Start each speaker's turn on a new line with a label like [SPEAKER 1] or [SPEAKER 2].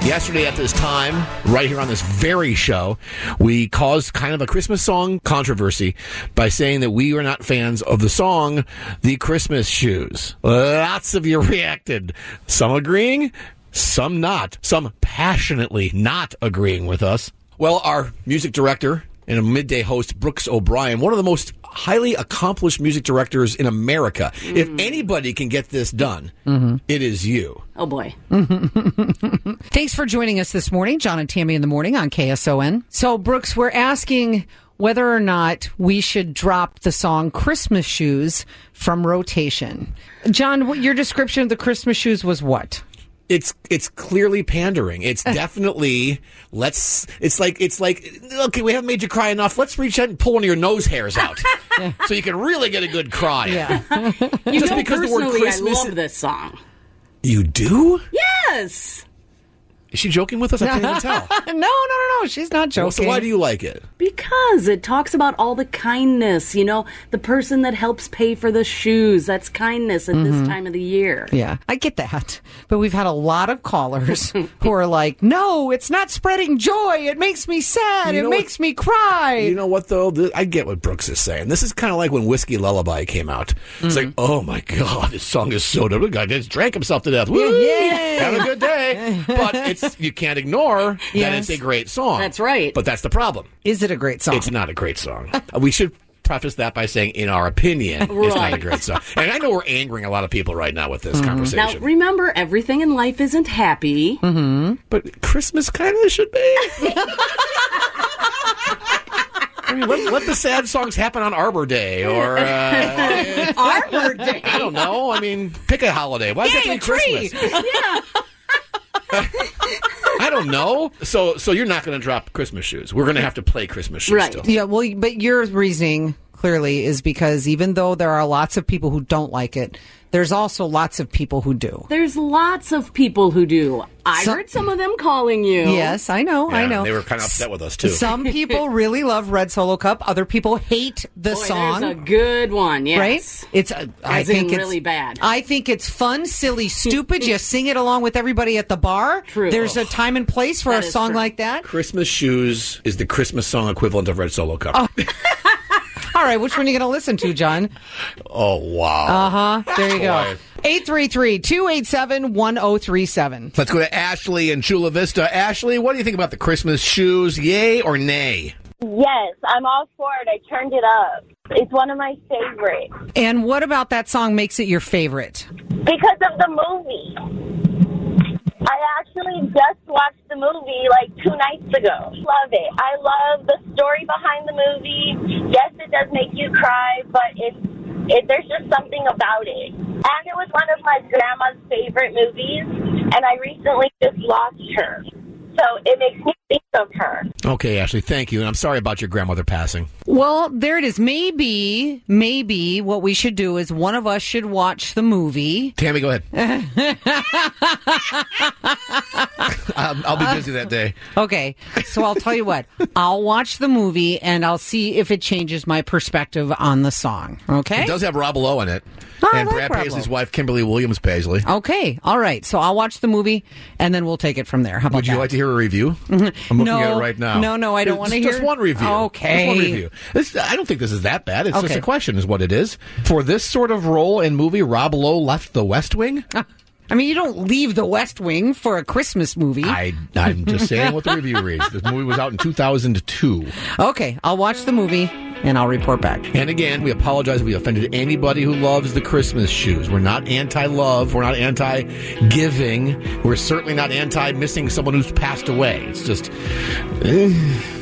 [SPEAKER 1] Yesterday at this time, right here on this very show, we caused kind of a Christmas song controversy by saying that we were not fans of the song The Christmas Shoes. Lots of you reacted, some agreeing, some not, some passionately not agreeing with us. Well, our music director and a midday host, Brooks O'Brien, one of the most highly accomplished music directors in America. If anybody can get this done, it is you.
[SPEAKER 2] Oh boy.
[SPEAKER 3] Mm. Thanks for joining us this morning, John and Tammy in the morning on KSON. So, Brooks, we're asking whether or not we should drop the song Christmas Shoes from rotation. John, what, your description of the Christmas Shoes was what?
[SPEAKER 1] it's it's clearly pandering. It's definitely let's. It's like it's like okay, we haven't made you cry enough. Let's reach out and pull one of your nose hairs out, so you can really get a good cry.
[SPEAKER 3] Yeah.
[SPEAKER 2] You
[SPEAKER 1] Just
[SPEAKER 2] know,
[SPEAKER 1] because the word
[SPEAKER 2] personally,
[SPEAKER 1] Christmas-
[SPEAKER 2] I love this song.
[SPEAKER 1] You do?
[SPEAKER 2] Yes,
[SPEAKER 1] Is she joking with us? I can't even tell.
[SPEAKER 3] no, no, no, no. She's not joking.
[SPEAKER 1] Well, so why do you like it?
[SPEAKER 2] because it talks about all the kindness. You know, the person that helps pay for the shoes. That's kindness at this time of the year.
[SPEAKER 3] Mm-hmm. Yeah, I get that. But we've had a lot of callers who are like, no, it's not spreading joy. It makes me sad.
[SPEAKER 1] You
[SPEAKER 3] it
[SPEAKER 1] know
[SPEAKER 3] makes me cry.
[SPEAKER 1] You know what though? Th- I get what Brooks is saying. This is kind of like when Whiskey Lullaby came out. It's
[SPEAKER 2] Mm-hmm.
[SPEAKER 1] like, oh my god, this song is so dumb. The guy just drank himself to death. Woo!
[SPEAKER 3] yay.
[SPEAKER 1] Have a good day. But it's you can't ignore that
[SPEAKER 3] Yes.
[SPEAKER 1] it's a great song.
[SPEAKER 2] That's right.
[SPEAKER 1] But that's the problem.
[SPEAKER 3] Is it a great song?
[SPEAKER 1] It's not a great song. we should preface that by saying, in our opinion, it's not a
[SPEAKER 2] Right. Mm-hmm.
[SPEAKER 1] great song. And I know we're angering a lot of people right now with this
[SPEAKER 2] Now,
[SPEAKER 1] conversation.
[SPEAKER 2] remember, everything in life isn't happy.
[SPEAKER 3] Mm-hmm.
[SPEAKER 1] but Christmas kind of should be. I mean, let, let the sad songs happen on Arbor Day or uh,
[SPEAKER 2] Arbor Day.
[SPEAKER 1] I don't know. I mean, pick a holiday. Why does it
[SPEAKER 3] Yay,
[SPEAKER 1] have to be
[SPEAKER 3] a tree.
[SPEAKER 1] Christmas? I don't know. So, so you're not going to drop Christmas shoes. We're going to have to play Christmas shoes
[SPEAKER 2] Right.
[SPEAKER 1] still.
[SPEAKER 3] Yeah, well, but your reasoning clearly is because even though there are lots of people who don't like it, there's also lots of people who do.
[SPEAKER 2] There's lots of people who do. I
[SPEAKER 3] Some-
[SPEAKER 2] heard some of them calling you.
[SPEAKER 3] Yes, I know, I
[SPEAKER 1] Yeah,
[SPEAKER 3] know.
[SPEAKER 1] They were kind of upset with us too.
[SPEAKER 3] Some people really love Red Solo Cup. Other people hate the
[SPEAKER 2] Boy,
[SPEAKER 3] song.
[SPEAKER 2] There's a good one. Yes.
[SPEAKER 3] Right? It's uh, I
[SPEAKER 2] As in
[SPEAKER 3] think it's
[SPEAKER 2] really bad.
[SPEAKER 3] I think it's fun, silly, stupid. you sing it along with everybody at the bar.
[SPEAKER 2] True.
[SPEAKER 3] There's a time and place for
[SPEAKER 2] That
[SPEAKER 3] a
[SPEAKER 2] is
[SPEAKER 3] song
[SPEAKER 2] true.
[SPEAKER 3] like that.
[SPEAKER 1] Christmas Shoes is the Christmas song equivalent of Red Solo Cup. Oh,
[SPEAKER 3] All right, which one are you going to listen to, John?
[SPEAKER 1] Oh, wow.
[SPEAKER 3] Uh huh. There you
[SPEAKER 1] Boy.
[SPEAKER 3] go. 833-287-1037.
[SPEAKER 1] Let's go to Ashley in Chula Vista. Ashley, what do you think about the Christmas shoes? Yay or nay?
[SPEAKER 4] Yes, I'm all for it. I turned it up. It's one of my favorites
[SPEAKER 3] And what about that song makes it your favorite?
[SPEAKER 4] because of the movie. I actually just watched the movie like two nights ago. Love it. I love the story behind the movie. Yes, it does make you cry, but it's it, there's just something about it. And it was one of my grandma's favorite movies, and I recently just lost her. So it makes me think of her.
[SPEAKER 1] Okay, Ashley, thank you. And I'm sorry about your grandmother passing.
[SPEAKER 3] Well, there it is. Maybe, maybe what we should do is one of us should watch the movie.
[SPEAKER 1] Tammy, go ahead. Um, I'll, I'll
[SPEAKER 3] Uh,
[SPEAKER 1] be busy that day.
[SPEAKER 3] Okay. So I'll tell you what. I'll watch the movie and I'll see if it changes my perspective on the song. Okay?
[SPEAKER 1] It does have Rob Lowe in it.
[SPEAKER 3] Oh, I
[SPEAKER 1] and
[SPEAKER 3] like
[SPEAKER 1] Brad
[SPEAKER 3] Rob
[SPEAKER 1] Paisley's
[SPEAKER 3] Lowe. Oh,
[SPEAKER 1] wife, Kimberly Williams Paisley.
[SPEAKER 3] Okay. All right. So I'll watch the movie and then we'll take it from there. How about
[SPEAKER 1] Would you
[SPEAKER 3] that? Mm-hmm.
[SPEAKER 1] like to hear a review? I'm looking
[SPEAKER 3] No.
[SPEAKER 1] at it right now.
[SPEAKER 3] No, no, I don't
[SPEAKER 1] Just-
[SPEAKER 3] wanna
[SPEAKER 1] Just
[SPEAKER 3] hear-
[SPEAKER 1] one review. Just
[SPEAKER 3] Okay.
[SPEAKER 1] one review. This, I don't think this is that bad. It's just
[SPEAKER 3] Okay.
[SPEAKER 1] a question, is what it is. For this sort of role in movie, Rob Lowe left The West Wing.
[SPEAKER 3] I mean, you don't leave the West Wing for a Christmas movie.
[SPEAKER 1] I, I'm just saying what the review reads. This movie was out in 2002.
[SPEAKER 3] Okay. I'll watch the movie and I'll report back.
[SPEAKER 1] And again, we apologize if we offended anybody who loves the Christmas shoes. We're not anti love. We're not anti giving. We're certainly not anti missing someone who's passed away. It's just, eh,